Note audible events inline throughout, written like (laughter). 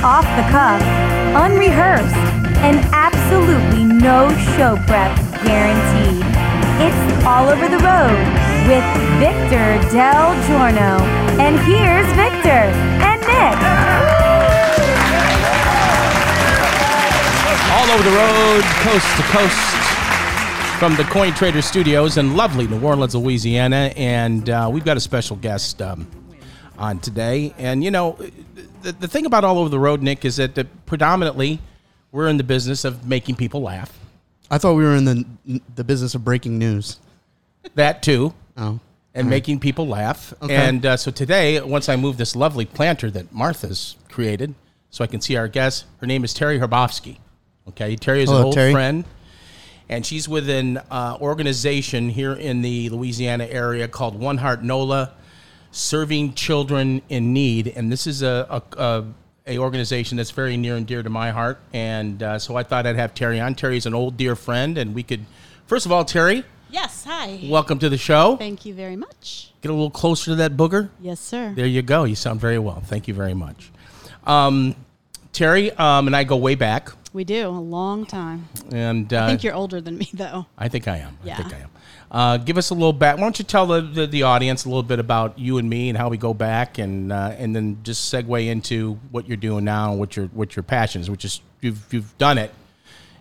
cuff, unrehearsed, and absolutely no show prep guaranteed. It's All Over the Road with Victor Del Giorno. And here's Victor and Nick. All over the road, coast to coast, from the Coin Trader Studios in lovely New Orleans, Louisiana. And uh, we've got a special guest um, on today. And, you know, the, the thing about All Over the Road, Nick, is that the, predominantly we're in the business of making people laugh. I thought we were in the the business of breaking news. That too. Oh, and making people laugh. And uh, so today, once I move this lovely planter that Martha's created, so I can see our guest, her name is Terry Herbofsky. Okay, Terry is an Hello, old Terry. friend, and she's with an uh, organization here in the Louisiana area called One Heart NOLA, serving children in need. And this is a, a, a a organization that's very near and dear to my heart. And uh, so I thought I'd have Terry on. Terry's an old dear friend, and we could, first of all, Terry, Yes, hi. welcome to the show. Thank you very much. Get a little closer to that booger. Yes, sir. There you go. You sound very well. Thank you very much. Um, Terry um, and I go way back, We do, a long time. and uh, I think you're older than me, though. I think I am. Yeah. I think I am. Uh, give us a little back. Why don't you tell the, the, the audience a little bit about you and me and how we go back, and uh, and then just segue into what you're doing now and what your what your passion is, which is you've you've done it.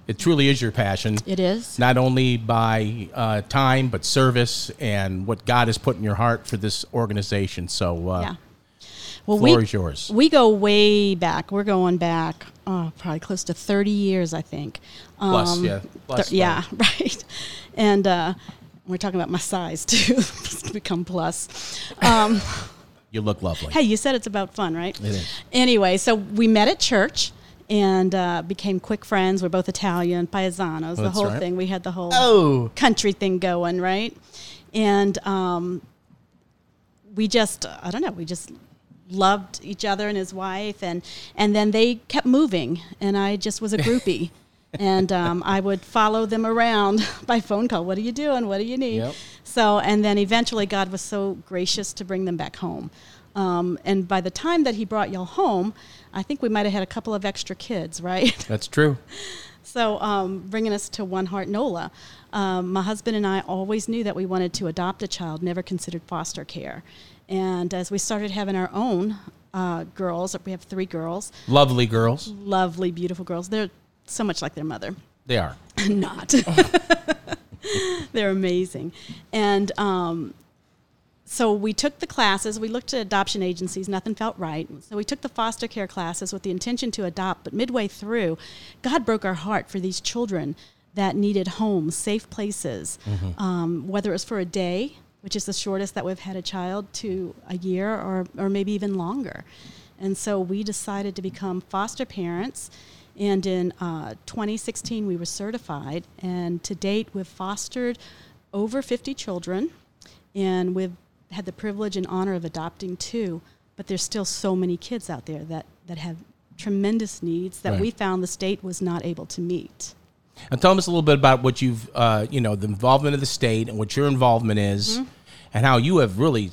It truly is your passion. It is. Not only by uh, time, but service and what God has put in your heart for this organization. So, uh, yeah. Well, floor is yours. We go way back. We're going back oh, probably close to 30 years, I think. Um, Plus, yeah. Plus, thir- yeah, (laughs) right. And uh, we're talking about my size, too. (laughs) It's become plus. Um, you look lovely. Hey, you said it's about fun, right? It is. Anyway, so we met at church and uh, became quick friends. We're both Italian, paisanos, the Oh, That's whole right. thing. We had the whole Oh. country thing going, right? And um, we just, I don't know, we just loved each other and his wife, and and then they kept moving, and I just was a groupie. and um, I would follow them around (laughs) by phone call. What are you doing? What do you need? Yep. So, and then eventually God was so gracious to bring them back home. Um, and by the time that he brought y'all home, I think we might have had a couple of extra kids, right? That's true. so, um, bringing us to One Heart NOLA. Um, my husband and I always knew that we wanted to adopt a child, never considered foster care. And as we started having our own uh, girls, we have three girls, Lovely girls. lovely, beautiful girls. They're so much like their mother (laughs) They are. not. (laughs) They're amazing. And um, so we took the classes. We looked at adoption agencies. Nothing felt right. So we took the foster care classes with the intention to adopt. But midway through, God broke our heart for these children that needed homes, safe places, um, whether it was for a day, which is the shortest that we've had a child, to a year or, or maybe even longer. And so we decided to become foster parents. And in uh, 2016, we were certified. And to date, we've fostered over 50 children. And we've had the privilege and honor of adopting two. But there's still so many kids out there that, that have tremendous needs that Right. we found the state was not able to meet. And tell us a little bit about what you've, uh, you know, the involvement of the state and what your involvement is, and how you have really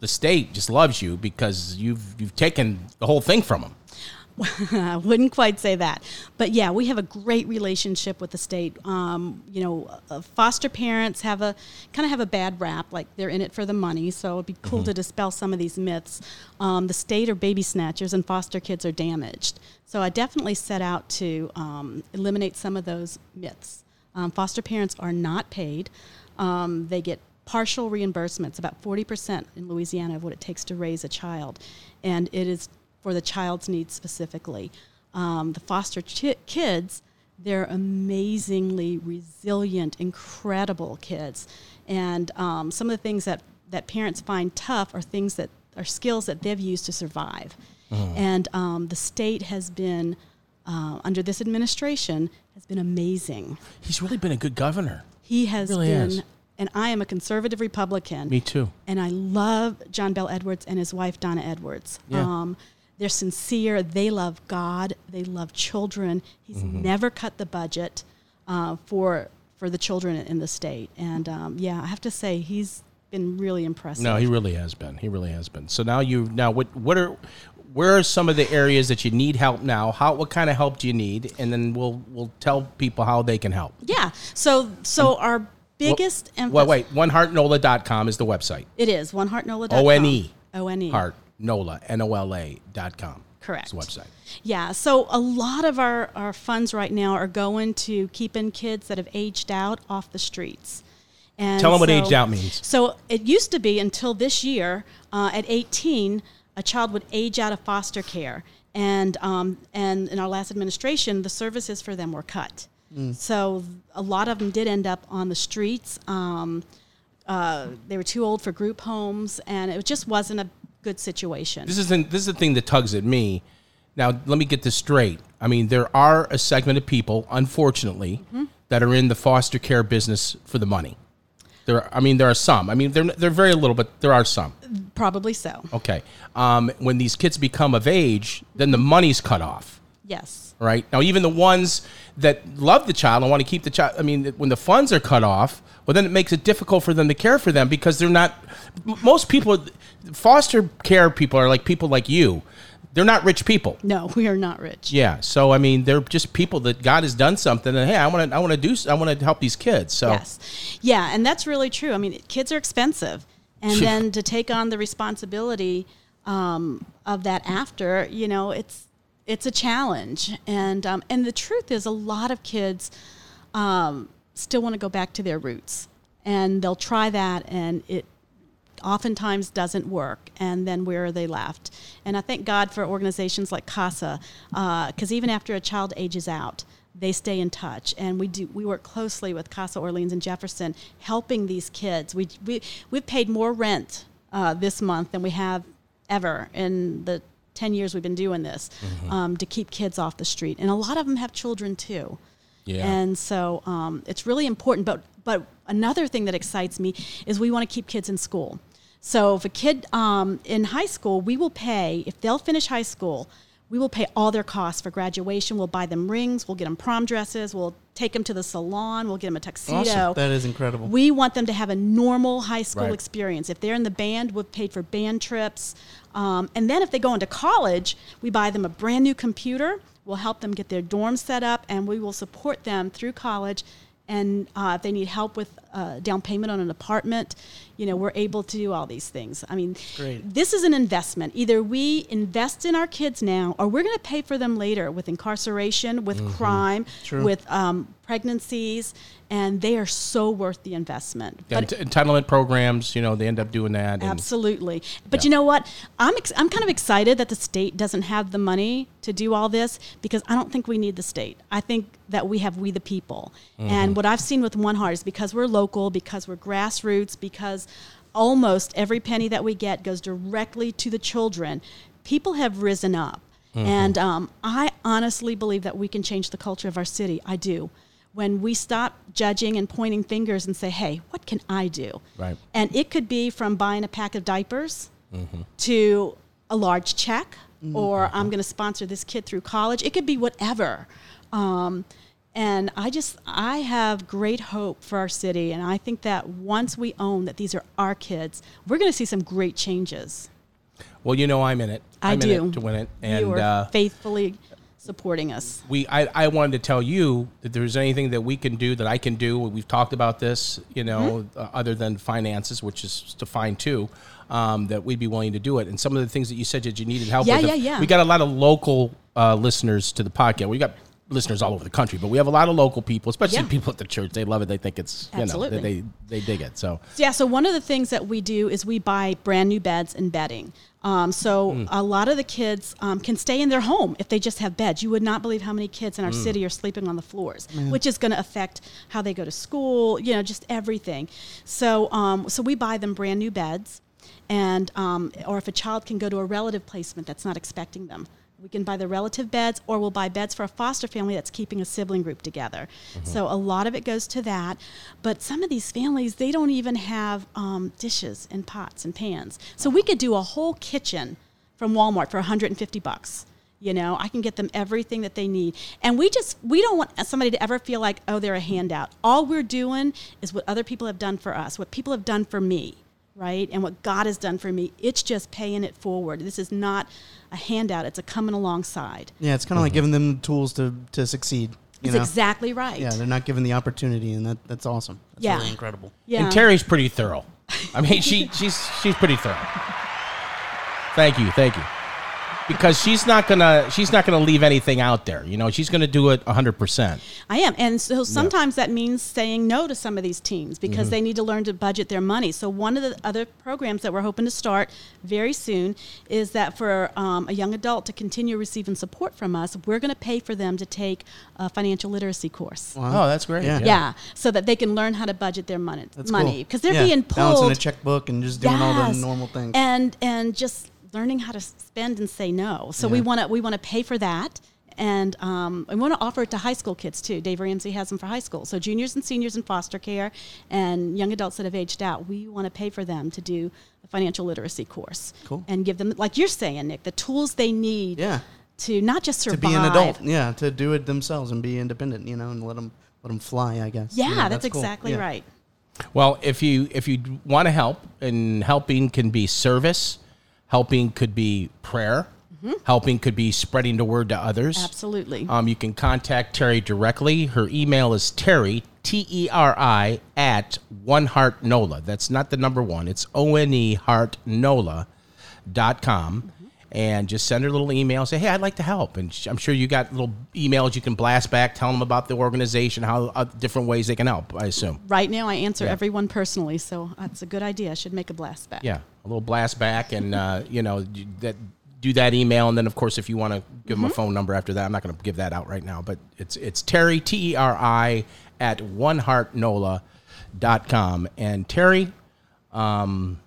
the state just loves you because you've you've taken the whole thing from them. I (laughs) wouldn't quite say that, but yeah, we have a great relationship with the state. Um, you know, uh, foster parents have a kind of have a bad rap, like they're in it for the money. So it'd be cool to dispel some of these myths. Um, the state are baby snatchers, and foster kids are damaged. So I definitely set out to um, eliminate some of those myths. Um, foster parents are not paid. Um, they get partial reimbursements, about 40% in Louisiana of what it takes to raise a child. And it is for the child's needs specifically. Um, the foster chi- kids, they're amazingly resilient, incredible kids. And um, some of the things that, that parents find tough are things that are skills that they've used to survive. And um, the state has been, uh, under this administration, has been amazing. He's really been a good governor. He has Really been, is. and I am a conservative Republican. Me too. And I love John Bell Edwards and his wife Donna Edwards. Yeah. Um, they're sincere. They love God. They love children. He's Mm-hmm. never cut the budget uh, for for the children in the state. And um, yeah, I have to say he's been really impressive. No, he really has been. He really has been. So now you now what what are where are some of the areas that you need help now? How what kind of help do you need? And then we'll we'll tell people how they can help. Yeah. So so our biggest Well, emphasis. wait, wait. OneHeartNola.com is the website. It is oneheartnola.com. O-N-E. O-N-E. E. Heart Nola N O L A dot com. E. It's Correct. the website. Yeah. So a lot of our, our funds right now are going to keeping kids that have aged out off the streets. And Tell 'em what so- aged out means. So it used to be until this year, uh, at 18, a child would age out of foster care. And, um, and in our last administration, the services for them were cut. Mm. So a lot of them did end up on the streets. Um, uh, they were too old for group homes, and it just wasn't a good situation. This is the, this is the thing that tugs at me. Now let me get this straight. I mean, there are a segment of people, unfortunately, that are in the foster care business for the money. There, are- I mean, there are some. I mean, they're they're very little, but there are some. Probably so. Okay. Um, when these kids become of age, then the money's cut off, Yes. right? Now, even the ones that love the child and want to keep the child, I mean, when the funds are cut off, well, then it makes it difficult for them to care for them because they're not, m- most people, foster care people are like people like you. They're not rich people. No, (laughs) we are not rich. Yeah. So, I mean, they're just people that God has done something and, hey, I want to, I want to do, s- I want to help these kids. So, Yes. Yeah, and that's really true. I mean, kids are expensive. And then to take on the responsibility um, of that after, you know, it's it's a challenge. And um, and the truth is, a lot of kids um, still want to go back to their roots, and they'll try that, and it oftentimes doesn't work and then where are they left and i thank god for organizations like casa because even after a child ages out they stay in touch and we do we work closely with casa orleans and jefferson helping these kids we, we we've paid more rent uh, this month than we have ever in the 10 years we've been doing this um, to keep kids off the street and a lot of them have children too Yeah. and so um, it's really important. But but another thing that excites me is we want to keep kids in school. So if a kid um, in high school, we will pay if they'll finish high school. We will pay all their costs for graduation. We'll buy them rings. We'll get them prom dresses. We'll take them to the salon. We'll get them a tuxedo. That is incredible. We want them to have a normal high school Right. experience. If they're in the band, we've paid for band trips. Um, and then if they go into college, we buy them a brand new computer. We'll help them get their dorm set up, and we will support them through college. And uh, if they need help with uh, down payment on an apartment, you know, we're able to do all these things. I mean, Great. this is an investment. Either we invest in our kids now, or we're going to pay for them later with incarceration, with Mm-hmm. crime, with um, pregnancies, and they are so worth the investment. yeah, But ent- entitlement programs, you know, they end up doing that. and- absolutely. But Yeah. you know what? I'm ex- I'm kind of excited that the state doesn't have the money to do all this because I don't think we need the state. I think that we have we the people. Mm-hmm. And what I've seen with One Heart is because we're local, because we're grassroots, because almost every penny that we get goes directly to the children. People have risen up. Mm-hmm. And um, I honestly believe that we can change the culture of our city. I do. When we stop judging and pointing fingers and say, hey, what can I do? Right. And it could be from buying a pack of diapers Mm-hmm. to a large check, or I'm going to sponsor this kid through college. It could be whatever. Um, and I just, I have great hope for our city. And I think that once we own that these are our kids, we're going to see some great changes. well, you know, I'm in it. I I'm in do. it to win it. And, And, you are uh, faithfully supporting us. we I, I wanted to tell you that there's anything that we can do that I can do. We've talked about this, you know, Mm-hmm. uh, other than finances, which is defined too. Um, that we'd be willing to do it, and some of the things that you said that you needed help Yeah, with. yeah, yeah. We got a lot of local uh, listeners to the podcast. We got listeners all over the country, but we have a lot of local people, especially Yeah. people at the church. They love it. They think it's you Absolutely. know they, they they dig it. So Yeah, so one of the things that we do is we buy brand new beds and bedding. Um, so a lot of the kids um, can stay in their home if they just have beds. You would not believe how many kids in our city are sleeping on the floors, which is going to affect how they go to school. You know, just everything. So um, so we buy them brand new beds, and um, or if a child can go to a relative placement that's not expecting them. We can buy the relative beds, or we'll buy beds for a foster family that's keeping a sibling group together. So a lot of it goes to that. But some of these families, they don't even have um, dishes and pots and pans. So we could do a whole kitchen from Walmart for 150 bucks. You know, I can get them everything that they need. And we just, we don't want somebody to ever feel like, oh, they're a handout. All we're doing is what other people have done for us, what people have done for me. right? And what God has done for me, it's just paying it forward. This is not a handout, it's a coming alongside. Yeah, it's kind Mhm. of like giving them the tools to to succeed. You It's know? exactly right. Yeah, they're not given the opportunity, and that that's awesome. That's Yeah. really incredible. Yeah. And Terry's pretty thorough. I mean, she (laughs) she's she's pretty thorough. Thank you, thank you. Because she's not gonna she's not gonna leave anything out there. You know, she's gonna do it hundred percent. I am. And so sometimes that means saying no to some of these teams because Mm-hmm. they need to learn to budget their money. So, one of the other programs that we're hoping to start very soon is that for um, a young adult to continue receiving support from us, we're going to pay for them to take a financial literacy course. Oh, that's great. Yeah. yeah. so that they can learn how to budget their money That's money cool. because they're Yeah, being balancing a pulled checkbook and just doing all the Yes. normal things. and and just learning how to spend and say no. So we Yeah. want to we want to pay for that. And um, we want to offer it to high school kids too. Dave Ramsey has them for high school. So juniors and seniors in foster care and young adults that have aged out, we want to pay for them to do the financial literacy course. Cool. And give them, like you're saying, Nick, the tools they need yeah, to not just to survive. be an adult. Yeah, to do it themselves and be independent. You know, and let them let them fly. I guess. Yeah, You know, that's, cool. exactly Yeah. right. Well, if you if you want to help, and helping can be service, helping could be prayer, helping could be spreading the word to others. Mm-hmm. Absolutely. Uh, Um, you can contact Terry directly. Her email is Terry T E R I at One Heart Nola. That's not the number one. It's O N E Heart Nola dot com. And just send her a little email. Say, hey, I'd like to help. And sh- I'm sure you got little emails you can blast back. Tell them about the organization, how uh, different ways they can help. I assume. right now, I answer Yeah. everyone personally, so that's a good idea. I should make a blast back. Yeah, a little blast back, and uh, you know you- that do that email, and then of course if you want to give Mm-hmm. them a phone number after that, I'm not going to give that out right now, but it's it's Terry T E R I at oneheartnola.com. and Terry, um,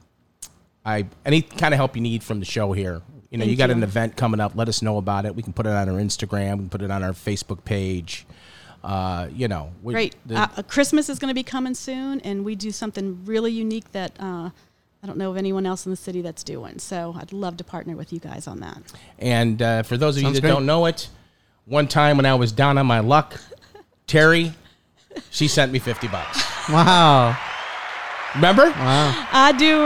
I any kind of help you need from the show here. You know, you Thank got you. an event coming up. Let us know about it. We can put it on our Instagram. We can put it on our Facebook page. Uh, you know, we, Great. the- uh, Christmas is going to be coming soon, and we do something really unique that uh, I don't know of anyone else in the city that's doing. So I'd love to partner with you guys on that. And uh, for those of Sounds you that great. don't know it, one time when I was down on my luck, Terry, she sent me 50 bucks. Wow. Remember? Wow. I do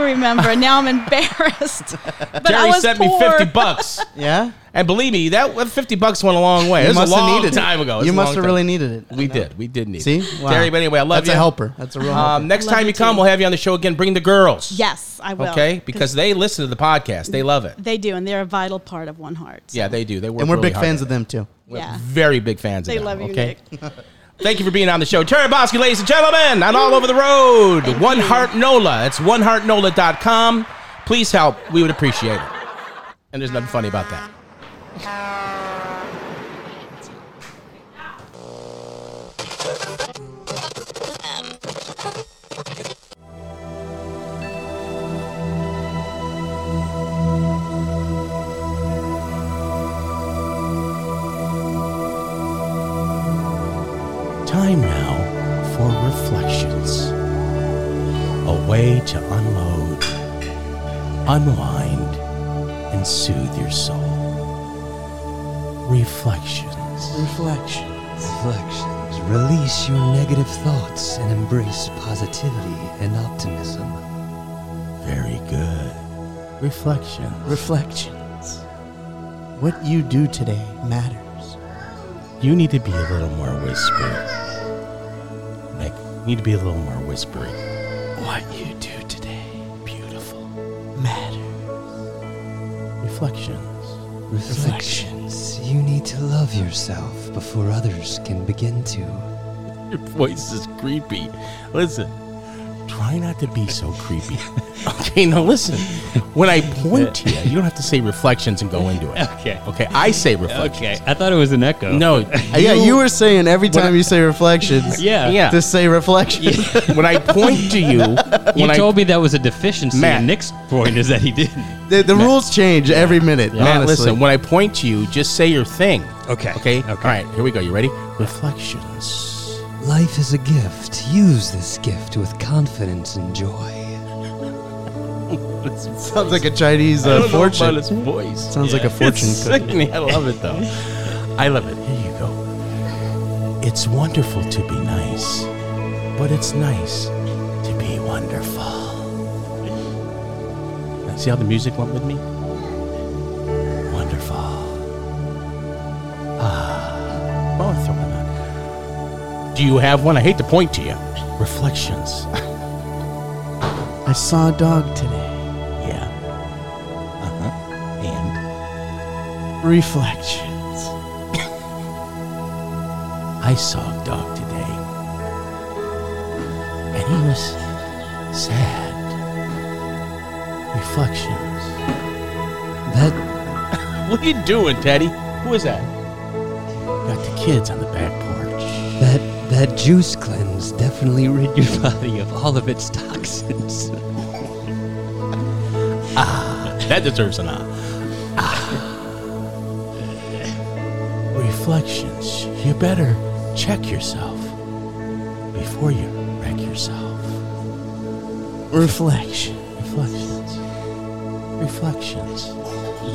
(laughs) remember. now I'm embarrassed. But I Terry was sent poor. me 50 bucks. Yeah. And believe me, that that 50 bucks went a long way. It was a must have long needed it. time ago. It was You a must long have time. really needed it. We did. We did need See, it. Terry, but anyway, I love that's you. a helper. That's a real helper. Um, next Love time you you come, too. we'll have you on the show again. Bring the girls. Yes, I will. Okay? Because they listen to the podcast. They love it. they do, and they're a vital part of One Heart. so- Yeah, they do. They work and we're really big hard fans at of them too. it. We're Yeah. Very big fans They of them. love you, okay? Nick. Thank you for being on the show. Terry Bosky, ladies and gentlemen, on All Over the Road. One Heart Nola. It's oneheartnola.com. Please help. We would appreciate it. And there's nothing funny about that. Time now for reflections. A way to unload, Oh, unwind, and soothe your soul. Reflections. Reflections. Reflections. Release your negative thoughts and embrace positivity and optimism. Very good. Reflections. Reflections. What you do today matters. You need to be a little more whispery. Nick, you need to be a little more whispery. What you do today, beautiful, matters. Reflections. Reflections. You need to love yourself before others can begin to. Your voice is creepy. Listen, try not to be so (laughs) creepy. okay, now listen. When I point to you, you don't have to say reflections and go into it. Okay. (laughs) Okay, I say reflections. Okay. I thought it was an echo. No, Uh, yeah, you were saying every time you say reflections. Yeah. (laughs) Yeah. Just say reflections. when I point to you, (laughs) You when I told me that was a deficiency. Matt. and Nick's point is that he didn't. the the rules change every minute. Matt, honestly. listen, when I point to you, just say your thing. Okay. Okay. Okay. All right. Here we go. You ready? Reflections. Life is a gift. Use this gift with confidence and joy. (laughs) sounds like a Chinese uh, fortune. voice. Sounds like a fortune (laughs) It's cookie. sickening. I love it though. I love it. Here you go. It's wonderful to be nice, but it's nice to be wonderful. See how the music went with me? Wonderful. Ah. Oh, throw one on. Do you have one? I hate to point to you. Reflections. (laughs) I saw a dog today. yeah. Uh huh. And Reflections. I saw a dog today, and he was sad. Reflections. That What are you doing, Teddy? Who is that? Got the kids on the back porch. that that juice cleanse definitely rid your (laughs) body of all of its toxins. That deserves an ah. Ah. Reflections. You better check yourself before you wreck yourself. Reflection. Reflections. Reflections.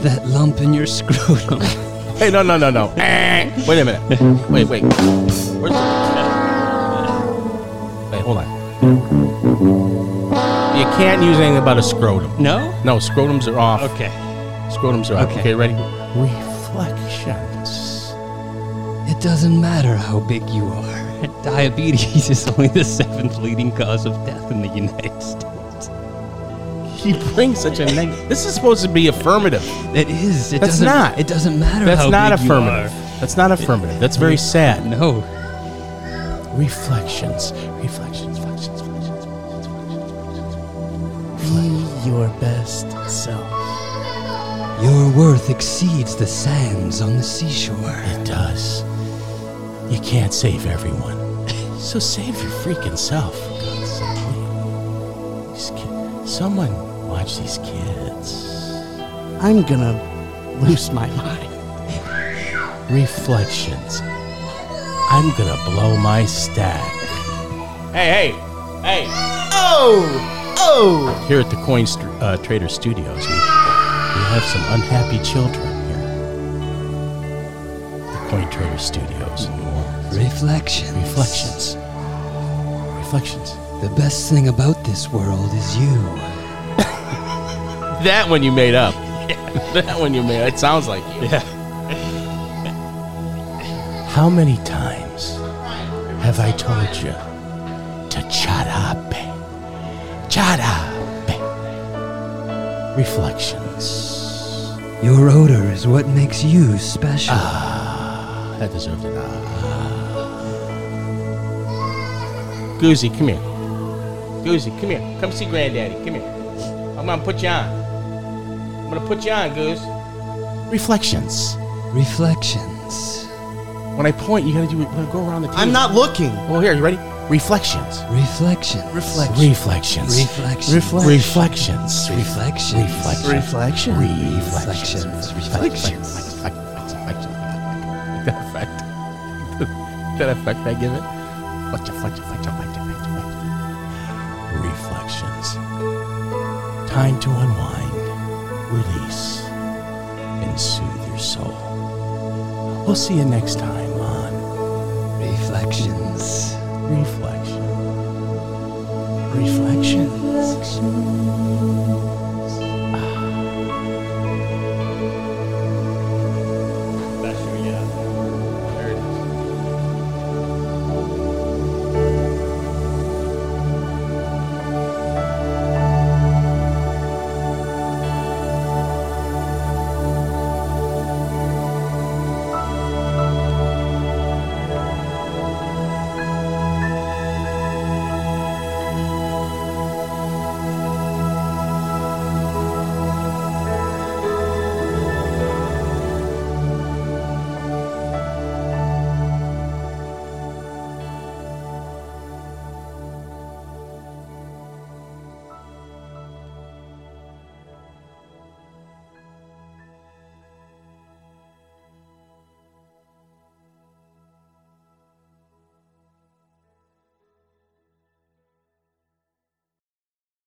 that lump in your scrotum. Hey, no, no, no, no. Eh, (laughs) wait a minute. Wait, wait. Where's Wait, hold on. You can't use anything about a scrotum. No? (laughs) No, scrotums are off. Okay. Scrotums are off. Okay. okay ready? Reflections. It doesn't matter how big you are. (laughs) Diabetes is only the seventh leading cause of death in the United States. He brings such a negative. This is supposed to be affirmative. It is. It That's doesn't, not. It doesn't matter. That's how not big you affirmative. That's not affirmative. That's very are. sad. No. Reflections. Reflections. Reflections. Reflections. Be your best self. Your worth exceeds the sands on the seashore. It does. You can't save everyone. So save your freaking self. for God's sake. These ki- Someone watch these kids. I'm gonna lose my mind. Reflections. I'm gonna blow my stack. Hey, hey, hey. Oh, oh. Here at the Coin St- uh, Trader Studios, we, we have some unhappy children here. The Coin Trader Studios in New Orleans. Reflections. Reflections. Reflections. The best thing about this world is you. That one you made up. that one you made. It sounds like you. Yeah. How many times have I told you to chat up? Chat up. Reflections. Your odor is what makes you special. Ah. That deserved it. Ah. Goosey, come here. Goosey, come here. Come see Granddaddy. Come here. I'm gonna put you on. I'm gonna put you on, Goose. Reflections. Reflections. When I point, you gotta do. Gotta go around the table. I'm not looking. Well, here, you ready? Reflections. Reflections. Reflections. Reflections. Reflections. Reflection. Reflections. Reflections. Reflections. Reflection. Reflections. Reflections. Reflections. That effect. That effect I give it. Fletcher, Fletcher, Fletcher, Fletcher, Fletcher, Fletcher. Reflections. Time to unwind, release, and soothe your soul. We'll see you next time on Reflections. Reflections.